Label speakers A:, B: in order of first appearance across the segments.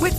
A: With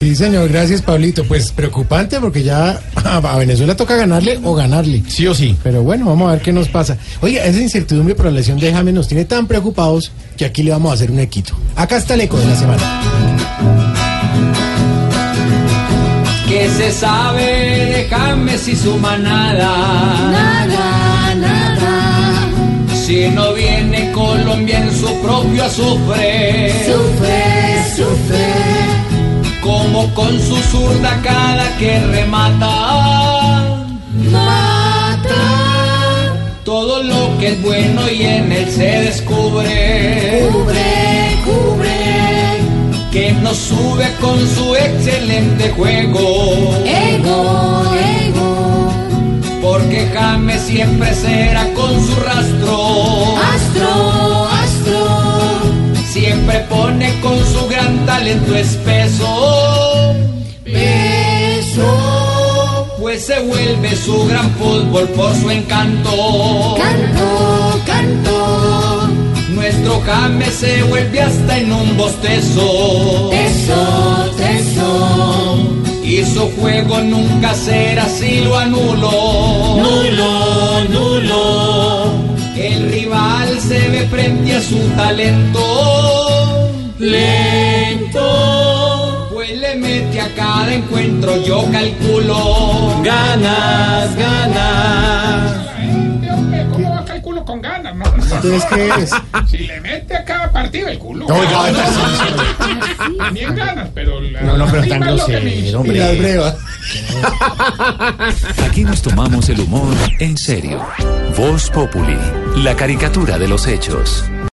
B: Sí, señor, gracias, Pablito. Pues preocupante porque ya a Venezuela toca ganarle o ganarle.
C: Sí o sí.
B: Pero bueno, vamos a ver qué nos pasa. Oiga, esa incertidumbre por la elección de James nos tiene tan preocupados que aquí le vamos a hacer un equito. Acá está el eco de la semana.
D: ¿Qué se sabe de James y su manada?
E: Nada, nada,
D: Si no viene Colombia en su propio azufre,
E: sufre, sufre.
D: como con su zurda cada que remata.
E: Mata,
D: Todo lo que es bueno y en él se descubre,
E: cubre, cubre.
D: que nos sube con su excelente juego,
E: Eh. Ego, ego.
D: porque James siempre será con su rastro.
E: Astro, astro.
D: Siempre pone con su gran talento espeso,
E: Beso.
D: pues se vuelve su gran fútbol por su encanto.
E: Canto, canto.
D: Nuestro James se vuelve hasta en un bostezo
E: Teso, teso.
D: y su juego nunca será si lo anulo.
E: Nulo, nulo.
D: El rival se ve frente a su talento,
E: Lento.
D: pues le mete a cada encuentro yo calculo.
E: Ganas, ganas.
F: Hombre, ¿Cómo va el culo con ganas? No, no,
B: Entonces, ¿qué es?
F: si le mete a cada partido el culo. También ganas, pero la
B: No, no, pero
F: la
B: tan
F: rima es lo que me
B: grosero,
F: inspira.
B: hombre. las brevas.
G: Aquí nos tomamos el humor en serio. Voz Populi, la caricatura de los hechos.